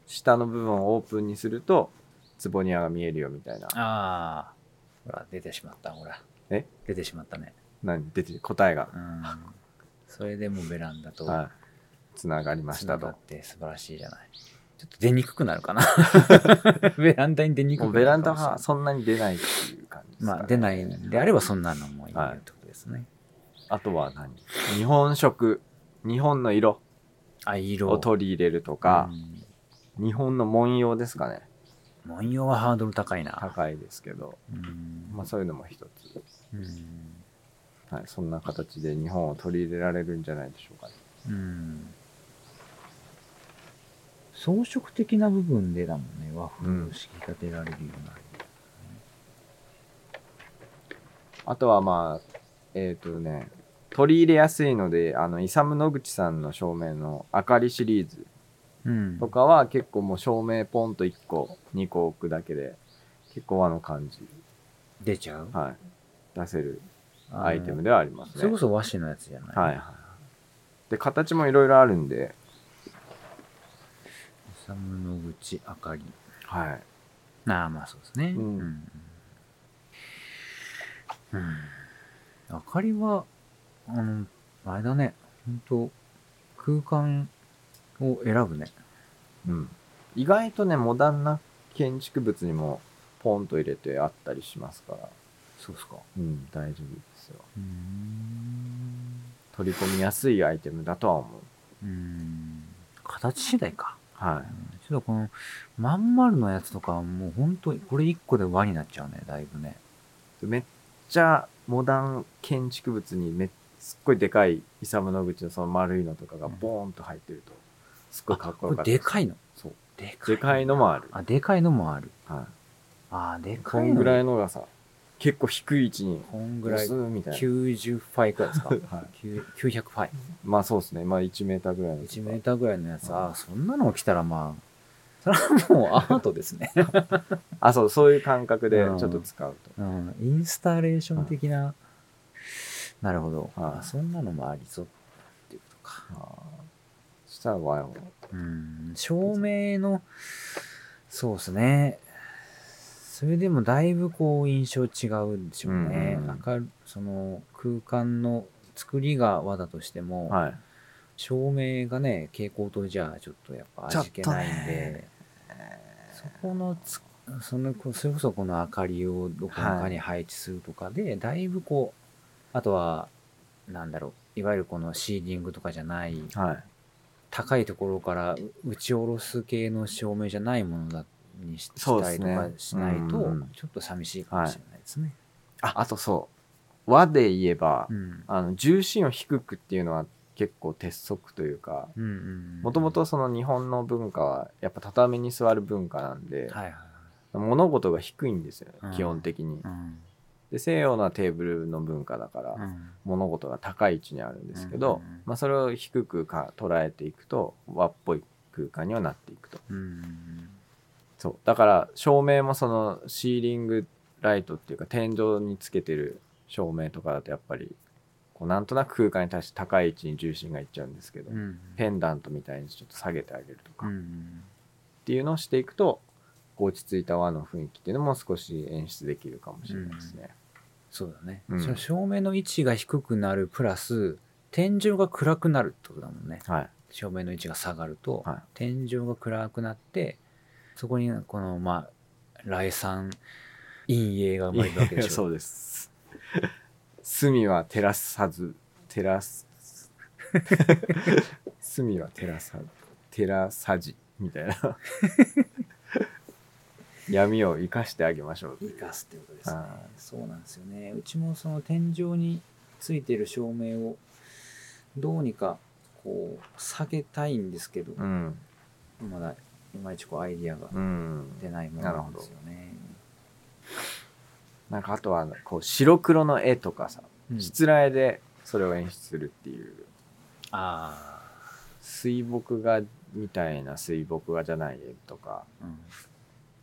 S2: 下の部分をオープンにすると坪庭が見えるよみたいな
S1: ああほら出てしまったほら
S2: え
S1: 出てしまったね
S2: 何出てる答えが (laughs)
S1: うんそれでもうベランダと
S2: はいつながりまし
S1: つな
S2: た
S1: が
S2: と
S1: って素晴らしいじゃないちょっと出にくくなる
S2: (laughs)
S1: かなベランダに出にく
S2: もう
S1: くな
S2: ベ
S1: る
S2: ラ
S1: か
S2: ンダ
S1: もしれない
S2: はそんなに出ないっていう感じですかね、
S1: まあ出ないんであればそんなのもいいよ
S2: はい
S1: ってことですね、
S2: あとは何日本食日本の色
S1: あ色
S2: を取り入れるとか
S1: う、ん
S2: 日本の文様ですかね
S1: 文様はハードル高いな、
S2: 高いですけど、
S1: うん
S2: まあ、そういうのも一つ、
S1: うん
S2: はい、そんな形で日本を取り入れられるんじゃないでしょうかね
S1: うん装飾的な部分でだもんね和風を引き立てられるような、
S2: あとはまあえっ、とね取り入れやすいのであのイサム・ノグチさんの照明の明かりシリーズ
S1: うん
S2: とかは結構もう照明ポンと1個2個置くだけで結構和の感じ、
S1: 出ちゃう
S2: はい、出せる
S1: あの
S2: アイテムではあります
S1: それ
S2: ね
S1: こ。そ和紙のやつじゃない、
S2: はいはい、で形もいろいろあるんで、
S1: サムの口明かり
S2: はい、
S1: ああまあそうですね
S2: うん
S1: うん、うん明かりはあのあれだね本当空間を選ぶね
S2: うん、意外とねモダンな建築物にもポンと入れてあったりしますから、
S1: そうっすか
S2: うん、大丈夫ですよ
S1: うん
S2: 取り込みやすいアイテムだとは思
S1: う
S2: う、
S1: ん形次第か
S2: は
S1: ちょっとこのまん丸のやつとかはもう本当にこれ1個で輪になっちゃうねだいぶね
S2: い、めっちゃモダン建築物にめすっごいでかいイサム・ノグチのその丸いのとかがボーンと入ってるとすっごいかっこよ
S1: こ
S2: か
S1: れ
S2: った
S1: でかいの
S2: そう
S1: でかい
S2: でかいのもある、
S1: あでかいのもある
S2: は
S1: あーで
S2: い、こ
S1: かいの
S2: んぐら
S1: い
S2: いのがさ結構低い位置に
S1: こんぐらい
S2: ブスーンみたいな
S1: 90ファイくらいですか
S2: はい
S1: 9 900ファイ
S2: まあそうですね。まあ1メーターぐらいの。
S1: 1メーターぐらいのやつあーそんなの来たらまあそれはもうアートですね、
S2: あ、そう、そういう感覚で
S1: うん
S2: ちょっと使 (laughs) うと。
S1: うん、インスタレーション的ななるほど、
S2: はい
S1: あそんなのもありそうっていうことか
S2: あーそしたら和を。
S1: うん照明のそうですねそれでもだいぶこう印象違うんでしょうね、
S2: うんうんうん
S1: 明るその空間の作りが和だとしても、
S2: はい。
S1: 照明がね蛍光灯じゃちょっとやっぱ味気ないん
S2: ちょっと
S1: で、そこのつそのこそれこそこの明かりをどこかに配置するとかで、だいぶこうあとはなんだろういわゆるこのシーリングとかじゃない
S2: はい。
S1: 高いところからう打ち下ろす系の照明じゃないものだにし
S2: そう
S1: した
S2: です
S1: りと
S2: ね
S1: かしないと
S2: うんうん
S1: ちょっと寂しいかもしれないですね。
S2: ああとそう。和で言えば、
S1: うん
S2: あの重心を低くっていうのは結構鉄則というか、
S1: うんうん
S2: もともとその日本の文化はやっぱ畳に座る文化なん
S1: は
S2: で、
S1: いはいはい
S2: 物事が低いんですよね、
S1: うん
S2: 基本的に
S1: う。ん
S2: で西洋のはテーブルの文化だから、
S1: うん
S2: 物事が高い位置にあるんですけど、
S1: うんうんうん
S2: まあ、それを低くか捉えていくと和っぽい空間にはなっていくと
S1: うんうん
S2: そうだから照明もそのシーリングライトっていうか天井につけてる照明とかだとやっぱりこうなんとなく空間に対して高い位置に重心がいっちゃうんですけど、
S1: うんうん
S2: ペンダントみたいにちょっと下げてあげるとか
S1: う
S2: っ
S1: ん
S2: ていうのをしていくと落ち着いた和の雰囲気っていうのも少し演出できるかもしれないですね。
S1: そうだね、
S2: うん
S1: その照明の位置が低くなるプラス天井が暗くなるってことだもんね
S2: はい、
S1: 照明の位置が下がると、
S2: はい
S1: 天井が暗くなってそこにこのまあ来産陰影が生まれるわけでしょ
S2: そう (laughs) です。隅は照らさず、照らす。隅は照らさ、照らさじ、みた
S1: (laughs)
S2: いな。闇を生かしてあげましょう。
S1: 生かすってことですね
S2: はい
S1: そうなんですよねうちもその天井についてる照明をどうにかこう下げたいんですけど、
S2: うん。
S1: まだいまいちこうアイディアが
S2: うん。
S1: 出ないものなんですよね、
S2: なんかあとは、こう、白黒の絵とかさ、
S1: うん
S2: しつらえで、それを演出するっていう
S1: あ
S2: 水墨画みたいな水墨画じゃない絵とか
S1: あ、うん、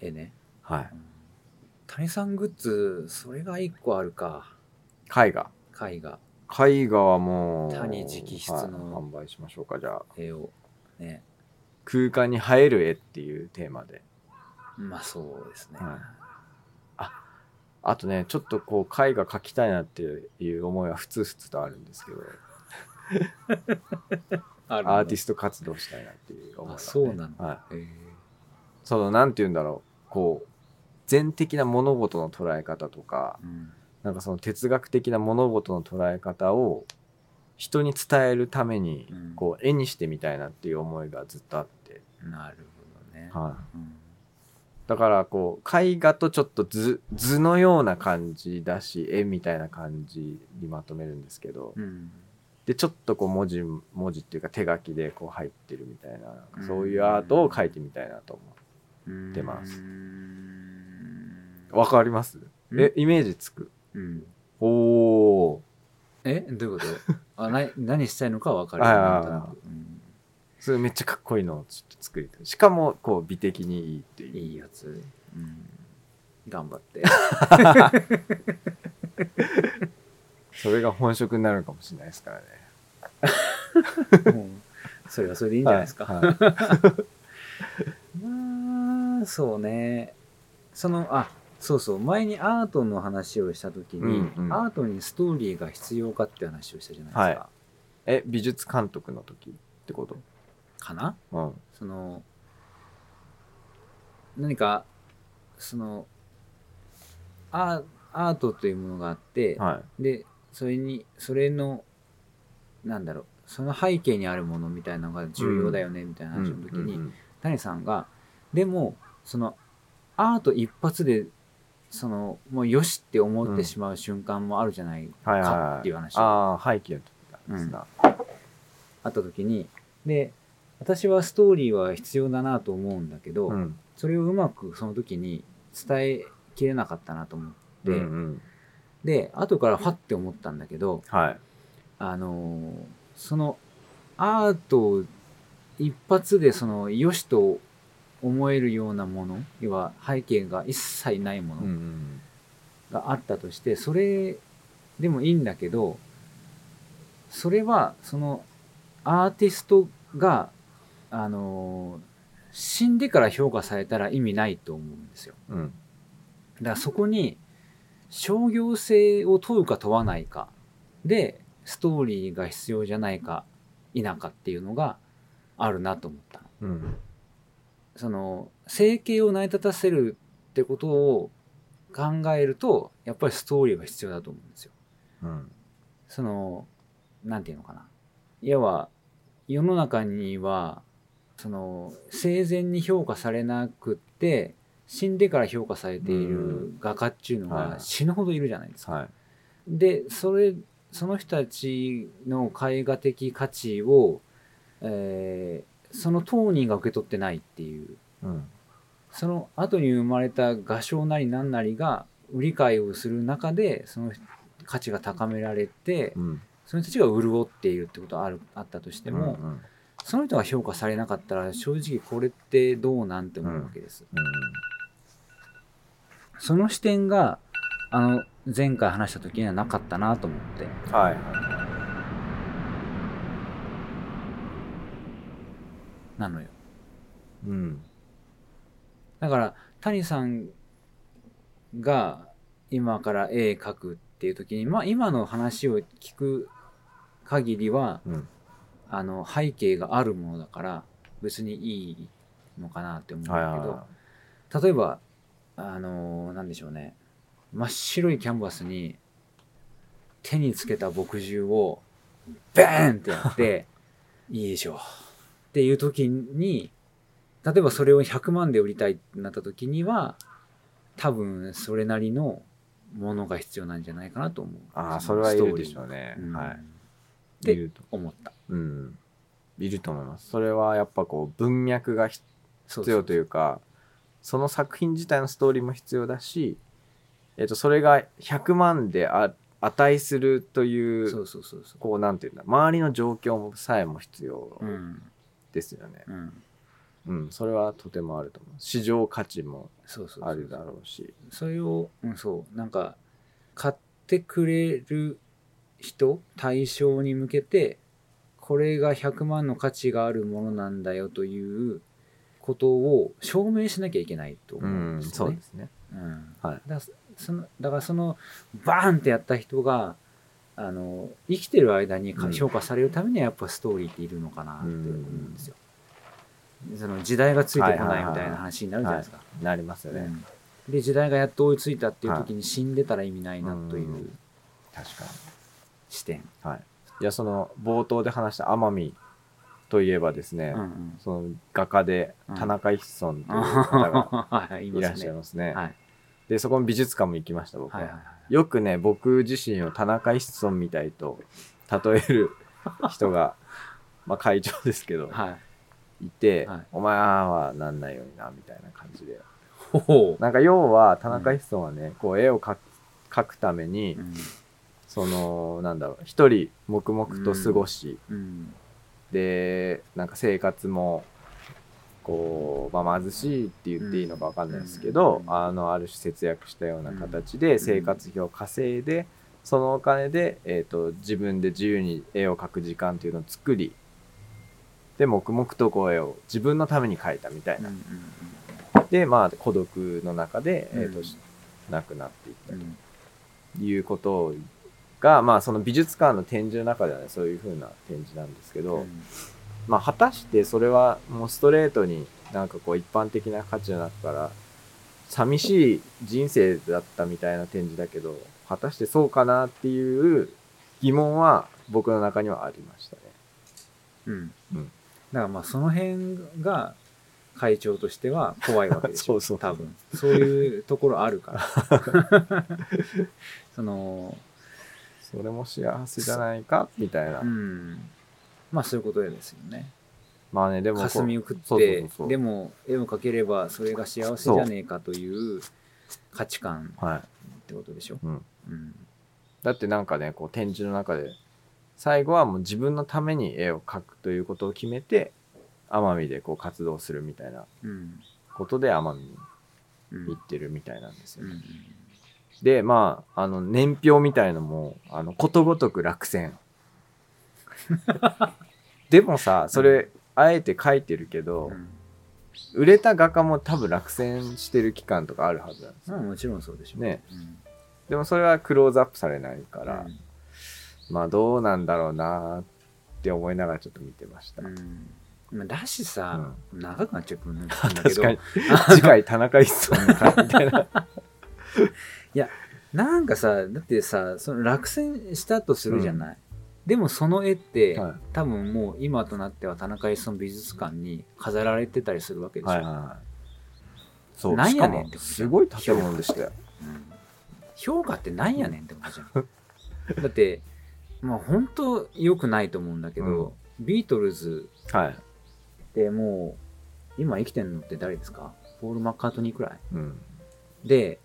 S1: ええね、
S2: はい
S1: うん、谷さんグッズそれが一個あるか
S2: 絵画
S1: 絵画
S2: 絵画はもう
S1: 谷直筆の
S2: はい販売しましょうかじゃあ
S1: 絵をね
S2: 空間に映える絵っていうテーマで
S1: まあそうですね、
S2: はいあとねちょっとこう絵画描きたいなっていう思いはふつふつとあるんですけど
S1: あ
S2: アーティ
S1: ス
S2: スト活動したいなっていう思いがね、
S1: あそうなんだ
S2: はい、
S1: ト、へえ
S2: そのなんて言うんだろうこう全的な物事の捉え方とか
S1: うん、
S2: なんかその哲学的な物事の捉え方を人に伝えるために
S1: うん
S2: こう絵にしてみたいなっていう思いがずっとあって、
S1: なるほどね、
S2: は
S1: う
S2: い
S1: ん、
S2: だからこう絵画とちょっと図図のような感じだし絵みたいな感じにまとめるんですけど
S1: うん
S2: でちょっとこう文字文字っていうか手書きでこう入ってるみたいななんかそういうアートを描いてみたいなと思出ます
S1: うーん
S2: うわかります
S1: うん
S2: えイメージつく
S1: うん、
S2: おお
S1: えどういうことあな何したいのかは分かる
S2: はいはい
S1: なん
S2: はい
S1: となくうん
S2: それめっちゃかっこいいのをちょっと作りたいしかもこう美的にいいっていう
S1: いいやつ、うん、頑張って
S2: (laughs) それが本職になるかもしれないですからね。
S1: うんそれはそれでいいんじゃないですか、
S2: はいはい
S1: まあそうねそのあそうそう前にアートの話をした時に、
S2: うんうん
S1: アートにストーリーが必要かって話をしたじゃないですか、
S2: はいえ、美術監督の時ってこと
S1: かな (laughs)
S2: うん。
S1: その何かそのアーアートというものがあって、
S2: は
S1: でそれにそれのなんだろうその背景にあるものみたいなのが重要だよねみたい
S2: い。
S1: な話の時に、
S2: うん
S1: 谷さんがでもそのアート一発でそのもうよしって思ってしまう瞬間もあるじゃない、
S2: はいはいは
S1: かっていう話
S2: ああ、背景の時なんですな。
S1: あった時にで私はストーリーは必要だなと思うんだけど、
S2: うん。
S1: それをうまくその時に伝えきれなかったなと思って、
S2: うんうん。
S1: で後からファッて思ったんだけど、
S2: はい。
S1: あのーそのアートを一発でその良しと思えるようなもの要は背景が一切ないも
S2: うんう
S1: の
S2: ん。
S1: があったとして、それでもいいんだけどそれはそのアーティストが、あのー死んでから評価されたら意味ないと思うんですよ。
S2: うん。
S1: だからそこに商業性を問うか問わないかでストーリーが必要じゃないか否かっていうのがあるなと思ったの。
S2: うん。
S1: その生計を成り立たせるってことを考えるとやっぱりストーリーが必要だと思うんですよ。
S2: うん。
S1: そのなんていうのかな。いわば世の中にはその生前に評価されなくって死んでから評価されていうる画家っていうの
S2: はいは
S1: が
S2: い
S1: 死ぬほどいるじゃないですか。
S2: はい。
S1: でそれその人たちの絵画的価値を、えーその当人が受け取ってないっていう
S2: うん。
S1: その後に生まれた画商なり何なりが売り買いをする中でその価値が高められて
S2: うん。
S1: その人たちが潤っているってことはあるあったとして
S2: で
S1: も、
S2: うんうん。
S1: その人が評価されなかったら正直これってどうなんて思うわけです。その視点があの前回話した時にはなかったなと思って。
S2: うんはいは
S1: なのよ。
S2: い。うん。
S1: だから谷さんが今から絵描くっていう時に、まあ、今の話を聞く限りは
S2: うん。
S1: あの背景があるものだから別にいいのかなって思うんだ
S2: はい
S1: けど、
S2: はいは
S1: 例えばあのなんでしょうね真っ白いキャンバスに手につけた墨汁をバーンってやって
S2: (laughs)
S1: いいでしょうっていう時に例えばそれを100万で売りたいってなった時には多分それなりのものが必要なんじゃないかなと思う
S2: い。ああ、
S1: そ
S2: そ
S1: の
S2: れはいるで
S1: ス
S2: し
S1: トー
S2: ょうね
S1: リー。う
S2: は
S1: ん
S2: い。
S1: で
S2: いると。
S1: 思った
S2: うん。いると思います。それはやっぱこう文脈が必
S1: そう
S2: 必要というかその作品自体のストーリーも必要だし、えっとそれが100万であ値するという
S1: そうそうそうそ
S2: こうなんていうんだ周りの状況もさえも必要
S1: ううん
S2: ですよね、
S1: うん
S2: うんそれはとてもあると思う市場価値も
S1: そうそうそう
S2: あるだろうし
S1: それを、うん、そうなんか買ってくれる人対象に向けてこれが100万の価値があるものなんだよということを証明しなきゃいけないと思うんです
S2: そう
S1: よね
S2: で。すね
S1: うん
S2: はい
S1: だそのだからそのバーンってやった人があの生きてる間に
S2: うん
S1: 評価されるためにはやっぱストーリーっているのかなって思うんですよ。その時代がついてこないみたいな話になるじゃないですか。
S2: なりますよね、
S1: うんで時代がやっと追いついたっていう時に死んでたら意味ないなといううん
S2: 確か
S1: 視点。
S2: にはいいやその冒頭で話した奄美といえばですね、
S1: うんうん
S2: その画家で
S1: うん
S2: 田中一村という方が
S1: はい
S2: いらっ
S1: (laughs)
S2: しゃい
S1: ま
S2: ますね
S1: すね。はい
S2: でそこの美術館も行きました僕は、
S1: はいはいはい。
S2: よくね僕自身を田中一村みたいと例える人
S1: (laughs)
S2: がまあ会長ですけど、
S1: はい。
S2: いて、
S1: はい
S2: お前はなんないようになみたいな感じで
S1: ほほ
S2: なんか要は田中一村はね、こう絵を描く描くために、
S1: う。うん
S2: そのなんだろう一人黙々と過ごし、
S1: うん
S2: でなんか生活もこう、まあ、貧しいって言っていいのか分かんないですけど、
S1: うん
S2: あのある種節約したような形で
S1: ん
S2: 生活費を稼いで、そのお金で、えー、と自分で自由に絵を描く時間っていうのを作りで黙々とこう絵を自分のために描いたみたい
S1: うん
S2: な、
S1: うん
S2: でまあ孤独の中で、えーと
S1: うん
S2: 亡くなっていった
S1: う
S2: と
S1: ん
S2: いうことが、まあその美術館の展示の中ではねそういうふうな展示なんですけど、
S1: うん
S2: まあ、果たしてそれはもうストレートになんかこう一般的な価値の中から寂しい人生だったみたいな展示だけど果たしてそうかなっていう疑問は僕の中にはありました
S1: (laughs)
S2: ね。
S1: うん
S2: う
S1: だ
S2: ん
S1: からまあその辺が会長としては怖いわけでしょ
S2: そうそう
S1: 多分そういうところあるからその
S2: それも幸せじゃないかみたいな。
S1: うんまあそういうことですよね
S2: まあねでもこう
S1: 霞を食って
S2: そうそうそう
S1: でも絵を描ければそれが幸せじゃねえかという価値観
S2: はい
S1: ってことでしょ、
S2: うん、
S1: うん
S2: だってなんかねこう展示の中で最後はもう自分のために絵を描くということを決めて奄美でこう活動するみたいな
S1: うん
S2: ことで奄美に
S1: うん
S2: 行ってるみたいなんですよね。
S1: うん
S2: でまああの年表みたいのもあのことごとく
S1: (laughs)
S2: 落選でもさそれ、あえて書いてるけど、
S1: うん
S2: 売れた画家も多分落選してる期間とかあるはずなんです
S1: ま
S2: よ、
S1: あもちろんそうでしょう
S2: ね
S1: うん
S2: でもそれはクローズアップされないか、
S1: から
S2: まあどうなんだろうなーって思いながらちょっと見てました、
S1: うんまあだしさ、長くなっちゃうなんだけ
S2: 確
S1: ど
S2: かに (laughs) 次回田中一村の回みたい (laughs) な
S1: なんかさだってさその落選したとするじゃない、でもその絵って、
S2: はい
S1: 多分もう今となっては田中一村美術館に飾られてたりするわけでしょ、
S2: はいはいはいそう
S1: なん
S2: しか
S1: やねん
S2: も
S1: ってことじゃん
S2: すごい建物でしたよ
S1: うん評価ってなんやねんってことじゃんだってまあ本当良くないと思うんだけど、ビートルズ
S2: はい、
S1: ってもう今生きてんのって誰ですかポール・マッカートニーくらい
S2: うん、
S1: で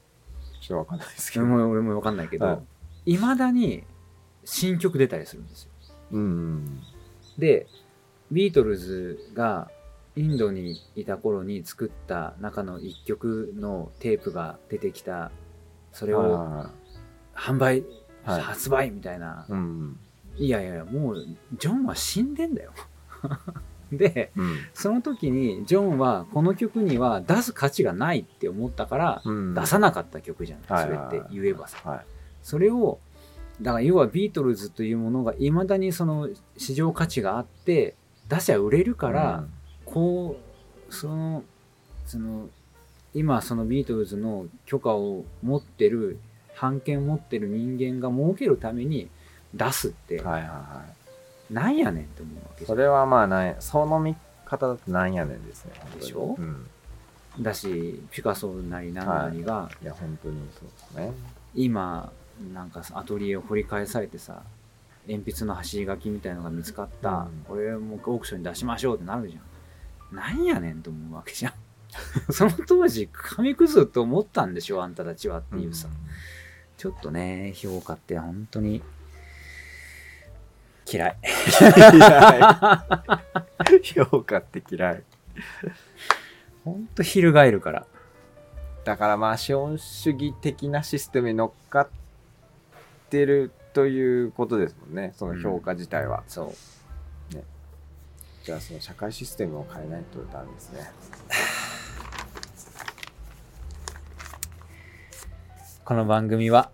S2: ちょっとわかんないですけど
S1: 俺も俺も分かんないけ
S2: は
S1: どいま、未だに新曲出たりするんですよ
S2: うん
S1: でビートルズがインドにいた頃に作った中の1曲のテープが出てきたそれを
S2: あ
S1: 販売、
S2: あはい
S1: 発売みたいな、
S2: うん
S1: いやいやいやもうジョンは死んでんだよ (laughs) で
S2: うん
S1: その時にジョンはこの曲には出す価値がないって思ったから
S2: うん
S1: 出さなかった曲じゃない、
S2: はいはいはい
S1: それって言えばさ
S2: はい
S1: それをだから要はビートルズというものがいまだにその市場価値があって出しゃ売れるから、こうそのその今そのビートルズの許可を持ってる版権を持ってる人間が儲けるために出すって、
S2: うんはいはいは
S1: なんやねんって思うわけじ
S2: い
S1: ゃ
S2: そ
S1: ん
S2: れはまあないその見方だとなんやねんですね本当に
S1: でしょ
S2: うん
S1: だしピカソなりなんなりが
S2: いや本当にそうですね
S1: 今なんかさアトリエを掘り返されてさ鉛筆の走り書きみたいのが見つかった、
S2: うん
S1: これもオークションに出しましょうってなるじゃんなんやねんと思うわけ (laughs) じゃんその当時紙くずと思ったんでしょあんたたちはっていうさ、
S2: うん
S1: ちょっとね、評価って本当に嫌い。
S2: 嫌い (laughs) 評価って嫌い
S1: 本当翻るから。
S2: だからまあ資本主義的なシステムに乗っかってるということですもんねその評価自体は、
S1: そう。
S2: じゃあその社会システムを変えないとダメですね
S1: (laughs) この番組 (laughs) は、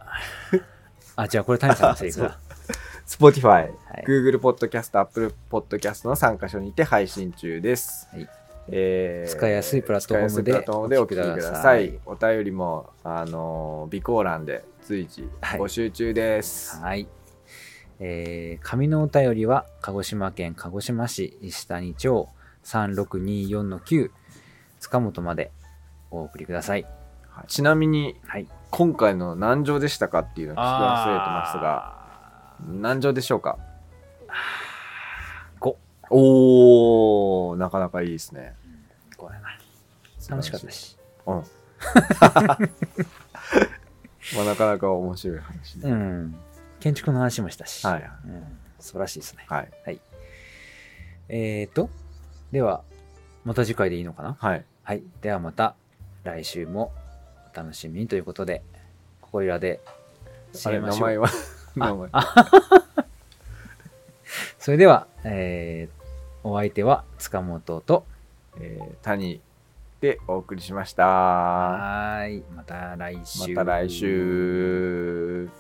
S1: あ、違う、これ谷さんのセ (laughs) リフだ。
S2: Spotify、
S1: い
S2: Google Podcast、Apple Podcast の3箇所にて配信中です。
S1: はい
S2: えー
S1: 使いやすいプラットフォームで
S2: 使いやすいプラットフォームでお聞きください。お便りも、あのー備考欄で随時
S1: はい
S2: 募集中です。
S1: はい。えー、紙のお便りは、鹿児島県鹿児島市石谷町3624-9、塚本までお送りください。
S2: はいちなみに、
S1: はい。
S2: 今回の何乗でしたかっていうのを聞き忘れてますが、何乗でしょうか
S1: (sighs) 五
S2: おー、なかなかいいですね。
S1: これな。楽しかったし。
S2: うん。 (laughs) まあ、なかなか面白い話
S1: う
S2: ね。
S1: ん。建築の話もしたし。
S2: はい。
S1: うん。素晴らしいですね。
S2: はい。
S1: えーと、では、また次回でいいのかな
S2: はい。
S1: はい。ではまた来週もお楽しみにということで、ここいらで知
S2: あ
S1: り
S2: れ、
S1: ま
S2: 名
S1: しょ
S2: 前
S1: う。
S2: は名前。
S1: それでは、えーお相手は塚本と、
S2: えー、谷でお送りしました。ま
S1: はーい。また来週。
S2: た来週。